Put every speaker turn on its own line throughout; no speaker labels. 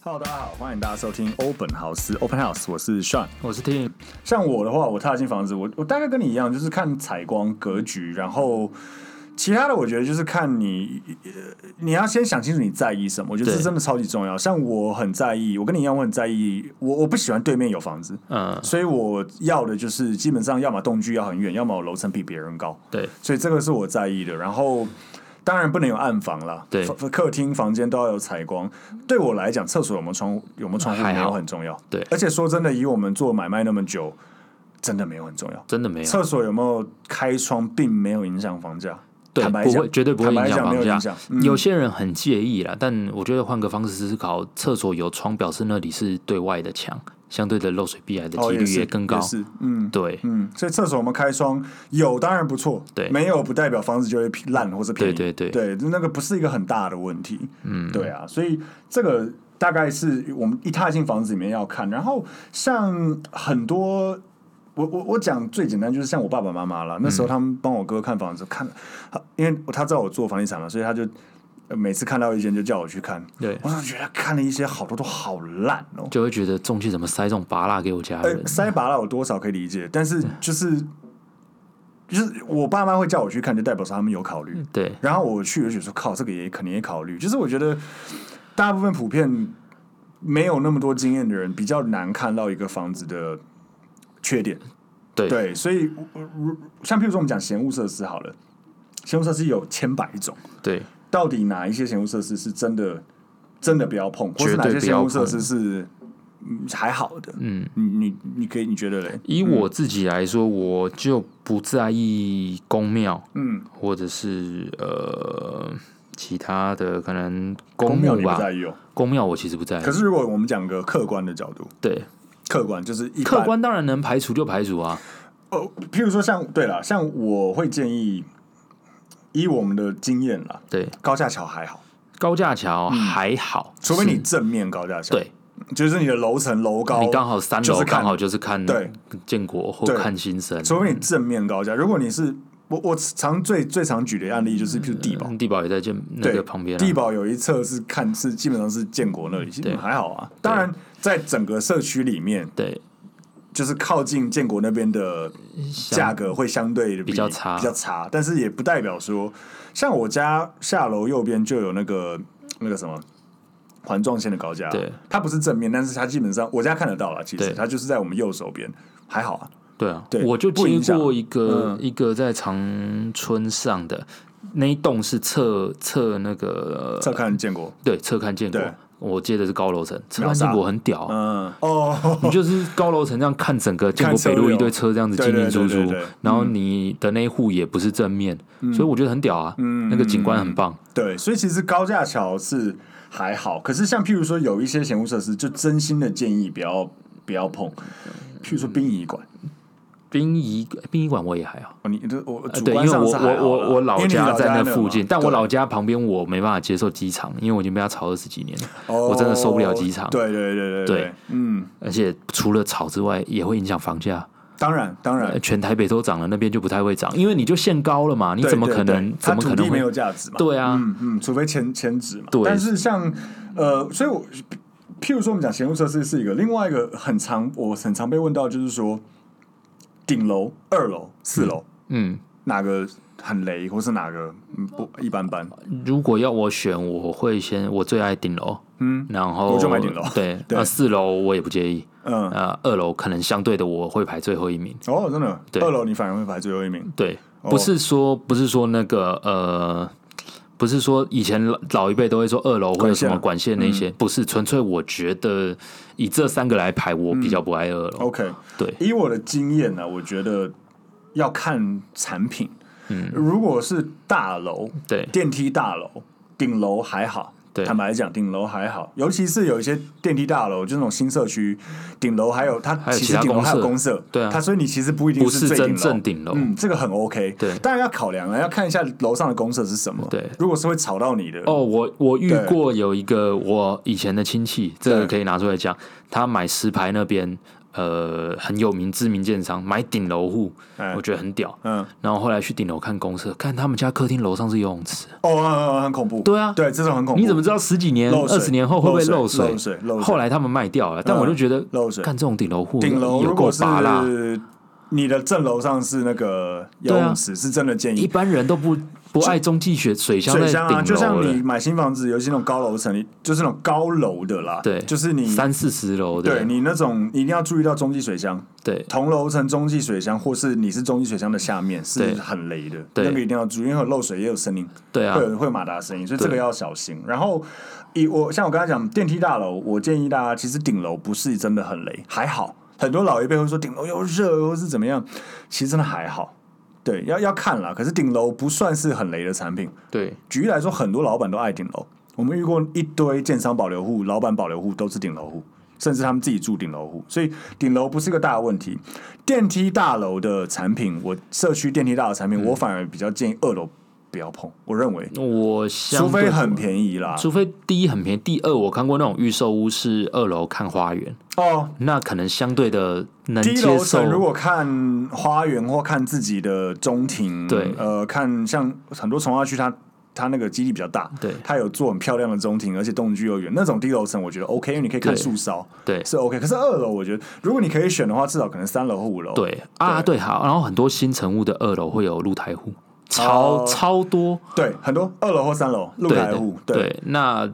Hello，大家好，欢迎大家收听欧本豪斯 Open House，我是 Sean。
我是 Tim，
像我的话，我踏进房子，我我大概跟你一样，就是看采光、格局，然后其他的，我觉得就是看你，呃你要先想清楚你在意什么。我觉得这
对
真的超级重要。像我很在意，我跟你一样，我很在意，我我不喜欢对面有房子，
嗯，
所以我要的就是基本上要么动距要很远，要么我楼层比别人高。
对
所以这个是我在意的。然后当然不能有暗房啦，
对
房客厅、房间都要有采光。对我来讲，厕所有没有窗户，有没有窗户
还
没
好
有很重要。
对
而且说真的，以我们做买卖那么久，真的没有很重要。
真的没有，
厕所有没有开窗，并没有影响房价。
对，
坦白
不
讲，
会，绝对不会
坦白
影响
讲没有影
房
响
价。。
嗯
有些人很介意啦，但我觉得换个方式思考，厕所有窗表示那里是对外的墙，相对的漏水避癌的
哦
几
也
率
是
也更高。
是嗯。
对，
嗯，所以厕所我们开窗有当然不错，
对
没有不代表房子就会烂或者便宜，
对对
嗯对，那个不是一个很大的问题，嗯，对啊，所以这个大概是我们一踏进房子里面要看，然后像很多。我我我讲最简单就是像我爸爸妈妈啦，那
嗯
时候他们帮我哥看房子，看，他因为他知道我做房地产嘛，所以他就呃每次看到一间就叫我去看，
对
我就觉得他看了一些好多都好烂哦、
就会觉得中介怎么塞这种拔蜡给我家人
呃，？塞拔了我多少可以理解，但是就是就是我爸妈会叫我去看，就代表说他们有考虑。
对，
然后我去，我就觉得说靠，这个也肯定也考虑。就是我觉得大部分普遍没有那么多经验的人，比较难看到一个房子的缺点。
对
对，所以我我像譬如说我们讲嫌恶设施好了，嫌恶设施有千百种。
对，
到底哪一些闲物设施是真的真的不要碰，或是哪些闲物设施是嗯还好的？嗯，你你你可以你觉得嘞？
以我自己来说，我就不在意宫庙，
嗯，
或者是呃其他的可能公
公庙
墓
你不
吧
在。意哦。
公庙我其实不在意
可，是如果我们讲个客观的角度，
对，
客观就是一般
客观当然能排除就排除啊。
哦，譬如说像对了，像我会建议，以我们的经验啦，
对，
高架桥还好，
高架桥还好，
嗯除非你
是
正面高架桥，
对，
就是你的楼层楼高，
你刚好三
就是
楼
看
刚好就是看
对
建国或
对
看新生，
除非你正面高架。如果你是我我常最最常举的案例就是譬如地堡。
嗯地堡也在建那
对，
个旁边啊，
地堡有一侧是看是基本上是建国那里，其实
对
还好啊。当然，在整个社区里面，
对
就是靠近建国那边的价格会相对的
比较差
比较差。但是也不代表说，像我家下楼右边就有那个那个什么。环状线的高架，
对，
它不是正面，但是它基本上我家看得到了。其实
对
它就是在我们右手边，还好啊。
对啊
对，
我就
不
接
影响嗯
过一个一个在长春上的那一栋是侧侧那个
再看建国，
对侧看建国
对，
我接的是高楼层，侧
秒
看
杀
建国很屌啊，
嗯，哦，
你就是高楼层这样看整个建国北路一堆车这样子进进出
对对对
出
对嗯对，
然后你的那一户也不是正面，所以我觉得很屌啊，
嗯
那个景观很棒，
对，所以其实高架桥是还好，可是像譬如说有一些闲物设施，就真心的建议不要不要碰，譬如说殡仪馆。
殡仪殡仪馆我也还好。
哦，你这我
呃
嗯主
对，
观
因为
上
我
是还
我
好啦
我我
因为你
家
老
在那
嘛
附近，但
对
我老家旁边我没办法接受机场，因为我已经被他吵二十几年了，
哦
我真的受不了机场。，
对对对对
对，
嗯，
而且除了吵之外，也会影响房价。
当然当然
呃，全台北都涨了，那边就不太会涨，因为你就限高了嘛，你
对
怎么
对
可
对
能？
它
怎么
土
可
地
能
没
会？
有价值嘛？
对啊，
嗯嗯，除非签签纸嘛。
对
但是像呃，所以我譬如说我们讲闲物设施是一个，另外一个很常我很常被问到就是说，顶楼、二楼、四楼、
嗯，
哪个很雷，或是哪个嗯不一般般？
如果要我选，我会先我最爱顶楼，
嗯，
然后
我就买顶楼
对，
对
那四楼我也不介意，
嗯，
呃，二楼可能相对的我会排最后一名。
哦，真的，
对
二楼你反而会排最后一名。
对，
哦
不是说不是说那个呃，不是说以前老老一辈都会说二楼会有什么管线那
嗯
些，不是纯粹我觉得以这三个来排，我比
嗯
较不爱二楼。
OK，
对
以我的经验呢、我觉得要看产品。嗯，如果是大楼，
对
电梯大楼，顶楼还好。
对
坦白讲，顶楼还好，尤其是有一些电梯大楼，就那种新社区，顶楼还有它
还有
其
其
实
他
顶楼还有公
公
社，
对啊
它所以你其实不一定
不是
最顶
真
楼，
正顶楼。
嗯，这个很 OK，
对
当然要考量了，啊要看一下楼上的公社是什么，
对
如果是会吵到你的，
哦，我我遇
对
过有一个我以前的亲戚，这
对
个可以拿出来讲。他买石牌那边，呃很有名知名建商买顶楼户，
哎
我觉得很屌。
嗯，
然后后来去顶楼看公社，看他们家客厅楼上是游泳池，
哦哦，哦很恐怖，
对啊
对，这种很恐怖，
你怎么知道十几年、
哦漏水
二十年后会不会
漏
漏
水
水？
漏水漏水嗯
后来他们卖掉了，但我就觉得
漏水
干这种顶楼户
顶楼
有
如
够
果是
拔啦，
你的正楼上是那个游
对啊
泳池，是真的建
一
议
般人都不不爱中继水水箱在
水箱啊，就
顶楼
像
欸
你
了，
买新房子，尤其那种高楼层，你就是那种高楼的啦，
对，
就是你
三四十楼
对
的，
你那种一定要注意到中继水箱，
对
同楼层中继水箱，或是你是中继水箱的下面是
对
很雷的，
对
那个一定要注意，因为有漏水也有声音，
对啊
会，有会有马达声音，所以
对
这个要小心。然后以我像我刚才讲电梯大楼，我建议大家其实顶楼不是真的很雷，还好。很多老一辈会说顶楼又热或是怎么样，其实真的还好。对，要要看啦。可是顶楼不算是很雷的产品。
对
举例来说，很多老板都爱顶楼。我们遇过一堆建商保留户、老板保留户都是顶楼户，甚至他们自己住顶楼户，所以顶楼不是个大问题。电梯大楼的产品，我社区电梯大楼的产品，我反而比较建议二楼不要碰。我认为，
我相
除非
对
很便宜啦。
除非第一很便宜，第二我看过那种预售屋是二楼看花园，
哦，
那可能相对的能
低
接
楼
受
层。如果看花园或看自己的中庭，
对
呃，看像很多从化区它。它那个基地比较大，
对
它有做很漂亮的中庭，而且动居又远，那种低楼层我觉得 OK，因为你可以看
对
树梢，
对啊
是 OK。可是二楼，我觉得如果你可以选的话，至少可能三楼或五楼。
对啊，对，好，然后很多新成屋的二楼会有露台户，超、
哦
超多
对，很多二楼或三楼露台户，
对对对，那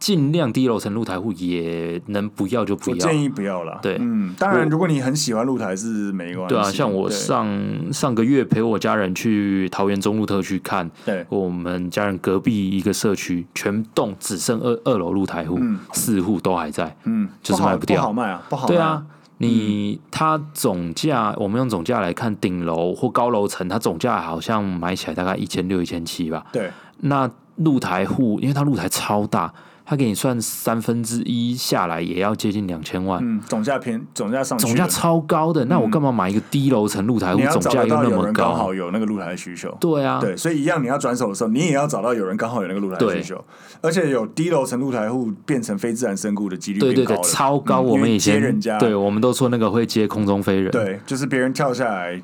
尽量低楼层露台户也能不要就不
我
要。
建议不要啦。
对
嗯，当然，如果你很喜欢露台是没关系。
对啊，像我
对
上上个月陪我家人去桃园中路特区看，
对
我们家人隔壁一个社区，全栋只剩二二楼露台户，四户都还在。
嗯，
就是
不好
卖不掉
不好卖啊，不好嗯卖
对啊，，你它总价，我们用总价来看，顶楼或高楼层，它总价好像买起来大概一千六、一千七吧。
对
那露台户，因为它露台超大，它给你算三分之一下来也要接近两千万，
嗯，总价偏总价上去
总价
了
超高的。那我干嘛买一个低楼层露台户
嗯你，要
总
找
价
得
又
到
那
有
么
人刚
高
好？有那个露台的需求。
对啊，
对，所以一样，你要转手的时候，你也要找到有人刚好有那个露台的需
对
求，而且有低楼层露台户变成非自然身故的几率
对对
变高
对
了，
超高。
嗯
我
因
们
为
以前
接人家
对，我们都说那个会接空中飞人，
对，就是别人跳下来，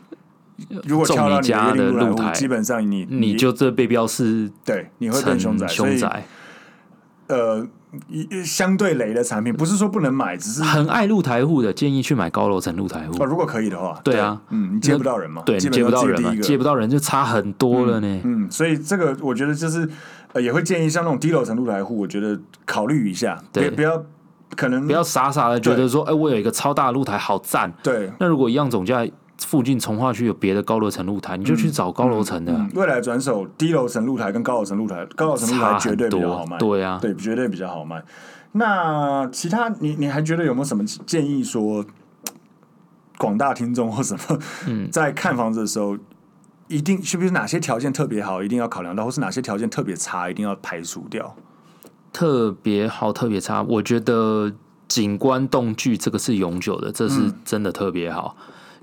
如果
中
跳到你
你家
约定
的
路
露
台户，
台
基本上你
你就这被标示
对你会
成
变凶宅，所
凶
以
宅。
呃，一相对雷的产品，不是说不能买，只是啊、
很爱露台户的，建议去买高楼层露台户。
如果可以的话，
对啊
嗯，你接不到人嘛，
对，
基
你
本
接不
上
到
自己
人
第
啊嘛，
一个
接不到人就差很多了呢。
嗯，所以这个我觉得就是呃，也会建议像那种低楼层露台户，我觉得考虑一下，别
对
不要可能
不要傻傻的觉得说，哎、我有一个超大的露台，好赞。
对。
那如果一样总价附近从化区有别的高楼层露台，你就去找高楼层的，
嗯，未来转手低楼层露台跟高楼层露台，高楼层露台
差
绝
很
对比较
多啊
好卖。。
对啊，
对，绝对比较好卖。那其他你你还觉得有没有什么建议说，广大听众或什么，
嗯
在看房子的时候，一定是不是哪些条件特别好，一定要考量到，或是哪些条件特别差，一定要排除掉？
特别好，特别差。我觉得景观动距这个是永久的，这
嗯
是真的特别好。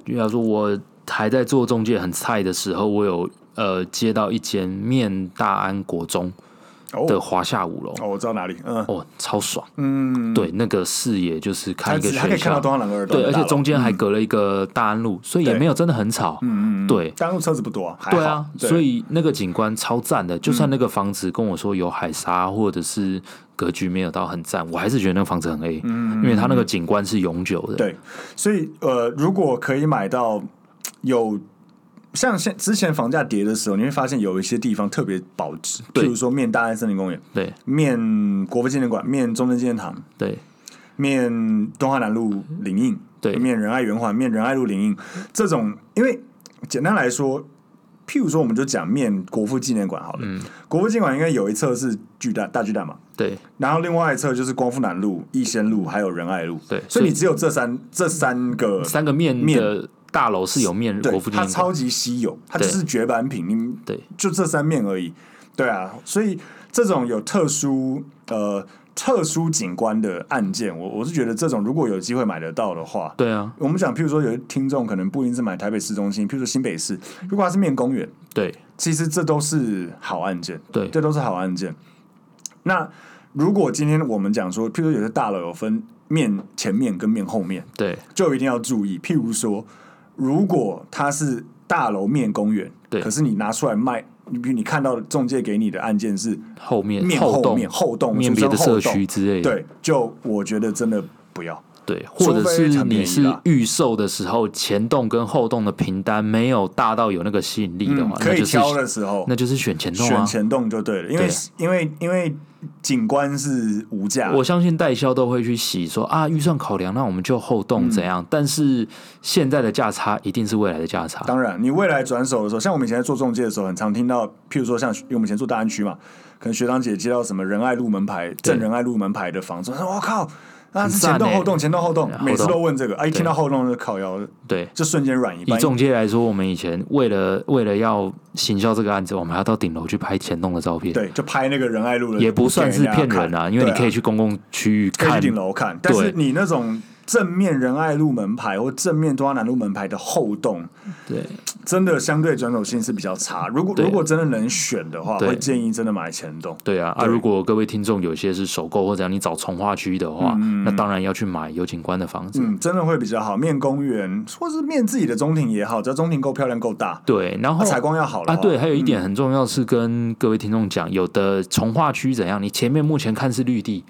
就要说我还在做中介很菜的时候，我有呃接到一间面大安国中的
哦
华夏五楼，
哦，我知道哪里，嗯
哦，超爽。
嗯，
对，那个视野就是
它
看一个
只它可
学
以看到
校，
东方两个耳朵，
对，而且中间还隔了一个大安路，所以也
对
没有真的很吵。
嗯嗯嗯，
对，
单路车子不多，还好嗯
对啊，所以那个景观超赞的。就算那个房子跟我说有海沙，或者是格局没有到很赞，我还是觉得那个房子很 A，因为它那个景观是永久的。
嗯对，所以呃，如果可以买到有像现之前房价跌的时候，你会发现有一些地方特别保值，譬
对
如说面大安森林公园、
对
面国父纪念馆、面中正纪念堂、
对
面东华南路林荫、
对
面仁爱圆环、面仁爱路林荫这种，因为简单来说。譬如说，我们就讲面国父纪念馆好了。
嗯
国父纪念馆应该有一侧是巨蛋大巨蛋嘛，
对
然后另外一侧就是光复南路、逸仙路还有仁爱路。
对
所
所
以
以
你只有这三这三个
三个面
面
的大楼是有面
对
国父，纪
它
念馆。
超级稀有，它就
对
是绝版品，你
对
就这三面而已。对啊，所以这种有特殊呃特殊景观的案件，我我是觉得这种如果有机会买得到的话，
对啊，
我们讲，譬如说有些听众可能不一定是买台北市中心，譬如说新北市，如果它是面公园，
对
其实这都是好案件，
对
这都是好案件。那如果今天我们讲说，譬如说有些大楼有分面前面跟面后面，
对
就一定要注意。譬如说，如果它是大楼面公园，
对
可是你拿出来卖，你比如你看到中介给你的案件是
后面
面
后
后
洞
面后洞
面别的
俗称
社
后
区
洞
之类的，
对，就我觉得真的不要。
对，
除
或者
非
是
很便
你
宜
是
啦
预售的时候，前栋跟后栋的平单没有大到有那个吸引力的
嗯
话，
可
那
以
就是
挑的时候
那，就是选前栋
选
啊。
前洞就对了，因为
对
因为因为景观是无价的，
我相信代销都会去洗说啊，预算考量，那我们就后栋怎
嗯
样？但是现在的价差一定是未来的价差，
当然，你未来转手的时候，像我们以前在做中介的时候，很常听到，譬如说像因为我们以前做大安区嘛，可能学长姐接到什么仁爱路门牌、正仁爱路门牌的房子，说我靠，啊那是前
很赞
栋
欸
后栋，前栋后栋
后，栋
每次都问这个，啊，一
对
听到后栋就靠腰，
对。
就瞬间软一
以
半。
中介来说，我们以前为了为了要行销这个案子，我们还要到顶楼去拍前栋的照片，
对，就拍那个仁爱路的，
也不算是骗
给
人
家
啊，
看
因为你
对
可以去公共区域
可以去
看，
顶楼看，但是
对
你那种正面仁爱路门牌或正面中央南路门牌的后栋，
对，
真的相对转手性是比较差。如果
对
如果真的能选的话，
对
会建议真的买前栋。
对啊，啊，
对
如果各位听众有些是首购或者你找从化区的话，那当然要去买有景观的房子。
嗯，真的会比较好。面公园或是面自己的中庭也好，只要中庭够漂亮、够大，
对，然后
啊采光要好了
啊，对，还有一点很重要是跟各位听众讲，有的从化区怎样，你前面目前看是绿地，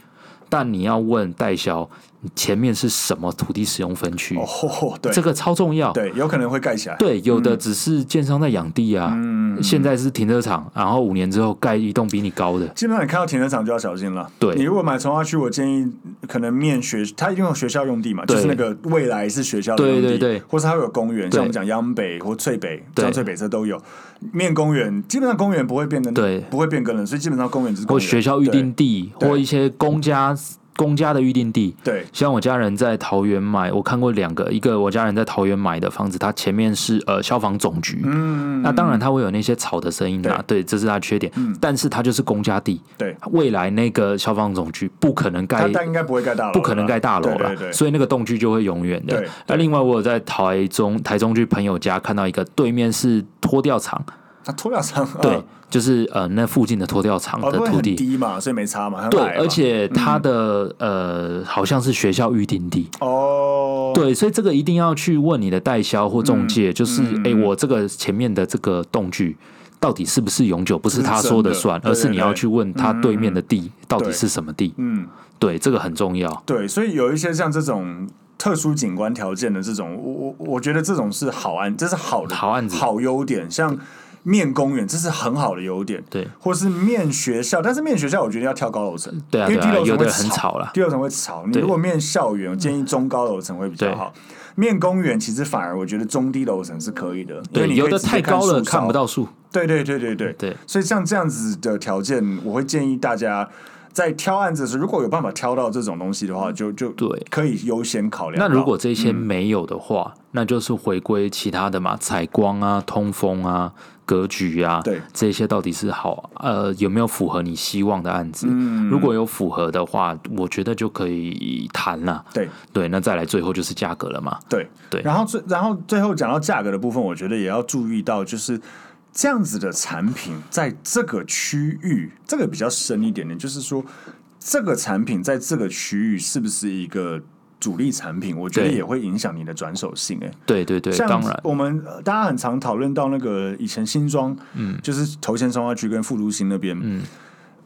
但你要问代销，你前面是什么土地使用分区，
哦，吼吼对
这个超重要。
对，有可能会盖起来。
对，有的只是建商在养地啊，现在是停车场，然后五年之后盖一栋比你高的，
基本上你看到停车场就要小心了。
对
你如果买从化区，我建议可能面学，它一定有学校用地嘛，
对
就是那个未来是学校的用地，
对对对
或是它会有公园，
对
像我们讲央北或翠北、
对
江翠北这都有。面公园基本上公园不会变更，
对
不会变更了，所以基本上公园就是公
或
园。
学校预定地，
对
或一些公家公家的预定地，
对，
像我家人在桃园买，我看过两个，一个我家人在桃园买的房子，它前面是呃消防总局，
嗯，
那当然它会有那些吵的声音啦，对，这是它的缺点，但是它就是公家地，
对，
未来那个消防总局不可能
它
盖。
但应该不会盖大楼了啦，
不可能盖大楼
对
了
对对，
所以那个栋距就会永远的
对。
那另外，我有在台中台中去朋友家看到一个，对面是拖吊场，
它拖吊场
对
嗯，
就是呃那附近的拖吊场
哦，
的
都会
土
很
地，
低嗯嘛，所以没差嘛，很
对，
矮嘛
而且它的呃好像是学校预定地，
哦，
对，所以这个一定要去问你的代销或
嗯
中介，就是哎、诶我这个前面的这个动具到底是不是永久，不是
是
他
真
说的
的
算，
对
而是
对
你要
对嗯
去问他对面的地到底
对
是什么地。
嗯，
对，这个很重要。
对，所以有一些像这种特殊景观条件的这种，我我我觉得这种是好案，这是好的
好案子
好优点，像面公园，这是很好的优点。
对
或是面学校，但是面学校我觉得要跳高楼层，
对啊
因为
对啊
低楼层
有的
会
很吵啦
第二层会吵。你
对
如果面校园，我建议中高楼层会比较好。面公园其实反而我觉得中低楼层是可以的，因为
对，
你
有
可以
的
直接
太高了
树梢
看不。到树。
对对对对对
对
所以像这样子的条件，我会建议大家在挑案子的时候，如果有办法挑到这种东西的话，就就
嗯对
可以优先考量
那
到。
如果这些
嗯
没有的话，那就是回归其他的嘛，采光啊、通风啊、格局啊，
对
这些到底是好呃有没有符合你希望的案子？
嗯
如果有符合的话，我觉得就可以谈了。
对
对，那再来最后就是价格了嘛。
对
对
然后最然后最后讲到价格的部分，我觉得也要注意到，就是这样子的产品在这个区域，这个比较深一点点，就是说这个产品在这个区域是不是一个主力产品，我觉得
对
也会影响你的转手性、欸。哎，
对对对，
像
当然，
我们呃大家很常讨论到那个以前新庄，嗯，就是头前双花区跟复都新那边，嗯，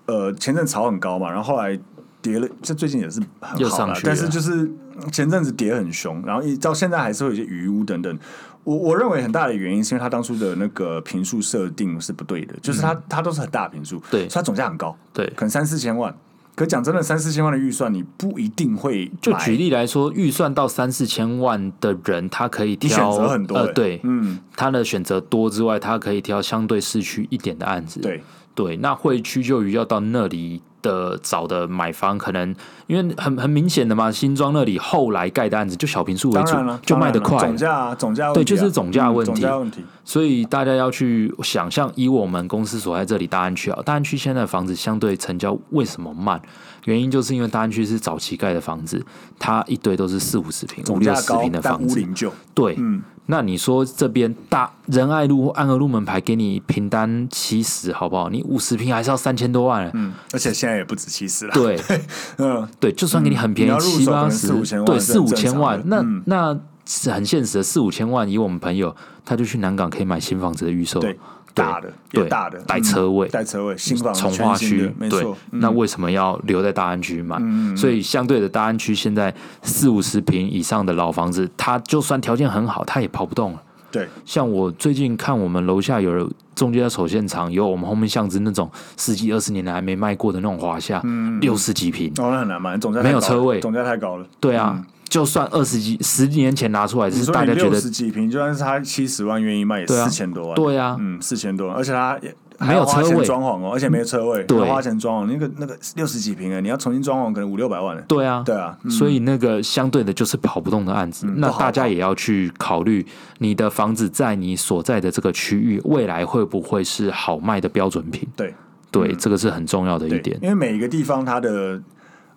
呃，前阵炒很高嘛，然后后来跌了，这最近也是很
又
好
上
啦
去
但
了
是就是前阵子跌很凶，然后一到现在还是会有一些余屋等等。我我认为很大的原因是因为它当初的那个平数设定是不对的，就是它、它都是很大的平数，
嗯对
所以它总价很高，
对。
可能三四千万。可讲真的，三四千万的预算你不一定会
就
买
举例来说，预算到三四千万的人，他可以
你选
挑
择很多、
呃，
欸
对，
嗯，
他的选择多之外，他可以挑相对市区一点的案子。
对，
对，那会屈就于要到那里的找的买方，可能因为很很明显的嘛，新庄那里后来盖的案子就小平数为
当
主
然了，，
就卖得
当然了
快
总，价啊，总价问
对
题啊
就是总价
嗯
问题
总价问题。
所以大家要去想象，以我们公司所在这里大安区啊，大安区现在的房子相对成交为什么慢？原因就是因为大安区是早期盖的房子，它一堆都是四五十平、五
总
六
价
十
高
平的
但
房
屋嗯
子，
龄旧，
对，那你说这边大仁爱路、安和路门牌给你平单七十，好不好？你五十平还是要三千多万、啊
嗯，而且现在也不止七十了，
对
嗯，
对，就算给你很便
你要
宜，
入手
七
可
八
能
十
四五千，万
对，
是
四
很
五
正
千
常
万
的，
那
嗯
那是很现实的，四五千万，以我们朋友，他就去南港可以买新房子的预售，
对，大的也
哦对
大的
带车位
嗯带车位，新房
从化
全新的
区，
没
对
错，，嗯
那为什么要留在大安区买？所以相对的，大安区现在四五十平以上的老房子，它就算条件很好，它也跑不动了。
对，哦
像我最近看我们楼下有人中间的首现场，有我们后面巷子那种十几二十年来还没卖过的那种华夏，六十几平，
哦，那很难买，总价
没有
太高了
车位
总价太高了。
对啊，就算二十几十几年前拿出来，只
嗯你
是
说
大
你
家觉
六
得
十几平，就算是他七十万愿意卖，也
对啊
四千多万。
对啊
嗯，四千多万，而且他也还
没有
要花
车
钱
位
装潢哦，而且没有车位，
对
还要花钱装潢，那个那个六十几平哎，你要重新装潢，可能五六百万了。
对啊，
对啊，嗯
所以那个相对的就是跑不动的案子，那
不好
大家
跑
也要去考虑你的房子在你所在的这个区域未来会不会是好卖的标准品？
对
对，
嗯
这个是很重要的一
对
点，。
因为每一个地方它的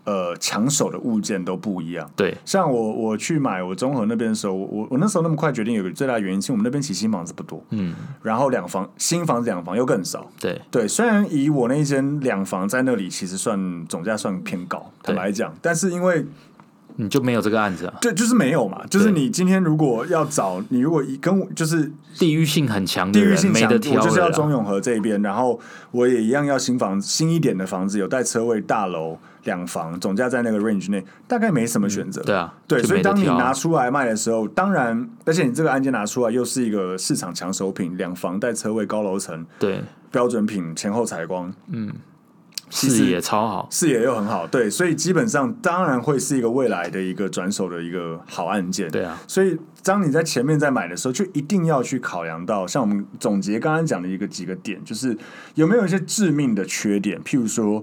呃抢手的物件都不一样。
对，
像我我去买我中和那边的时候，我我我那时候那么快决定，有个最大的原因是我们那边其实新房子不多，
嗯，
然后两房新房子两房又更少，
对，
对，虽然以我那一间两房在那里，其实算总价算偏高，坦白讲，但是因为
你就没有这个案子啊，
对，就是没有嘛，就是你今天如果要找你，如果一跟我就是
地域性很强的
地域
人
性
没
强，
得
我
挑
就是
了
要
啦
中永和这边，然后我也一样要新房新一点的房子，有带车位、大楼、两房，总价在那个 range 内，大概没什么选择。
对啊，
对，
就
所以
没得
当你
挑啊
拿出来卖的时候，当然，而且你这个案件拿出来又是一个市场抢手品，两房带车位、高楼层、
对
标准品、前后采光，其实
视野超好，
视野又很好，对，所以基本上当然会是一个未来的一个转手的一个好案件。
对啊，
所以当你在前面在买的时候，就一定要去考量到，像我们总结刚刚讲的一个几个点，就是有没有一些致命的缺点，譬如说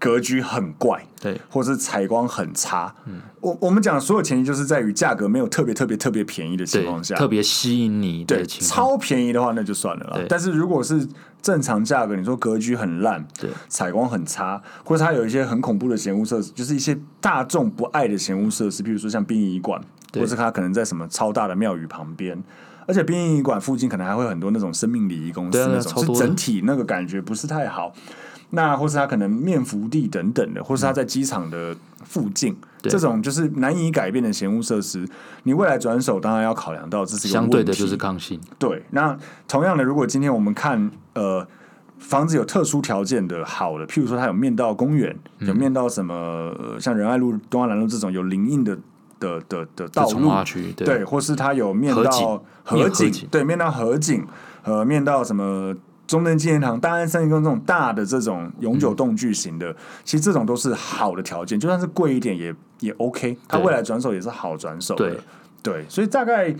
格局很怪，
对
或是采光很差。嗯，我我们讲的所有前提就是在于价格没有特别特别特别便宜的情
对
况，下，
特别吸引你
对
的情况，
超便宜的话那就算了啦
对。
但是如果是正常价格，你说格局很烂，
对
采光很差，或者它有一些很恐怖的嫌恶设施，就是一些大众不爱的嫌恶设施，比如说像殡仪馆，
对
或是它可能在什么超大的庙宇旁边。而且殡仪馆附近可能还会有很多那种生命礼仪公
对啊
司
对啊
那
超
种，
多
是
的
整体那个感觉不是太好。那或是它可能面福地等等的，或是它在机场的附近，
对
这种就是难以改变的嫌恶设施，你未来转手当然要考量到这是一个
相对
问
的
题
就是刚性，
对，那同样的，如果今天我们看呃房子有特殊条件的好的，譬如说它有面到公园，有面到什么、呃像仁爱路、东华南路这种有林荫的的的的道
是从
路，
化区
哦
对
对，或是它有面
河
到
景
河
面河
景，
景
对，面到河景，呃，面到什么中正纪念堂、大安森林公园这种大的这种永久动距型的，其实这种都是好的条件，就算是贵一点也也 OK，它
对
未来转手也是好转手的
对，
对，所以大概。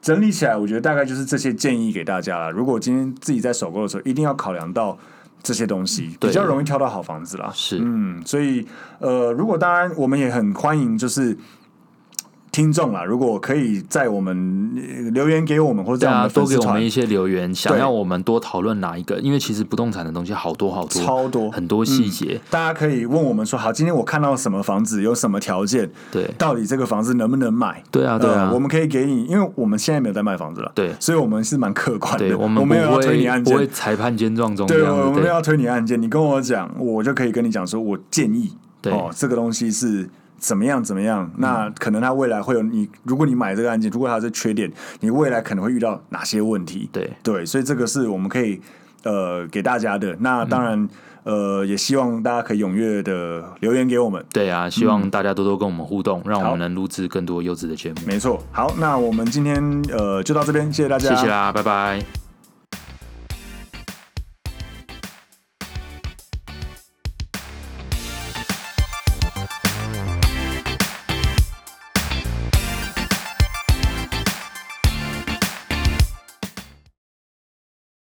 整理起来，我觉得大概就是这些建议给大家了。如果今天自己在首购的时候，一定要考量到这些东西，
对
比较容易挑到好房子啦。
是
嗯，所以呃，如果当然，我们也很欢迎，就是听众啦，如果可以在我们、呃留言给我们，或者在
大
我们
家
的
啊多
粉
给
丝
我们
团
一，些留言，想
对
要我们多讨论哪一个？因为其实不动产的东西好多好多，
超多
很多细节。
大家可以问我们说，好，今天我看到什么房子，有什么条件，
对
到底这个房子能不能买？
对啊，对啊
嗯呃，我，们可以给你，因为我们现在没有在卖房子了，
对
所以我们是蛮客观
对
的，
我们不
没有要推你
会
案
不
件
会，裁判兼撞中这
对，
样
我
子，
们
对
要推你案件，你跟我讲，我就可以跟你讲说，我建议
对嗯
哦，这个东西是怎么样怎么样。那可能它未来会有你，如果你买这个案件，如果它是缺点，你未来可能会遇到哪些问题？
对
对，所以这个是我们可以呃给大家的。
嗯
那当然，呃，也希望大家可以踊跃的留言给我们。
对啊，希望大家多多跟我们互动，让
嗯
我
好
们能录制更多优质的节目。
没错，好，那我们今天呃就到这边，谢谢大家，
谢谢啦，拜拜。啊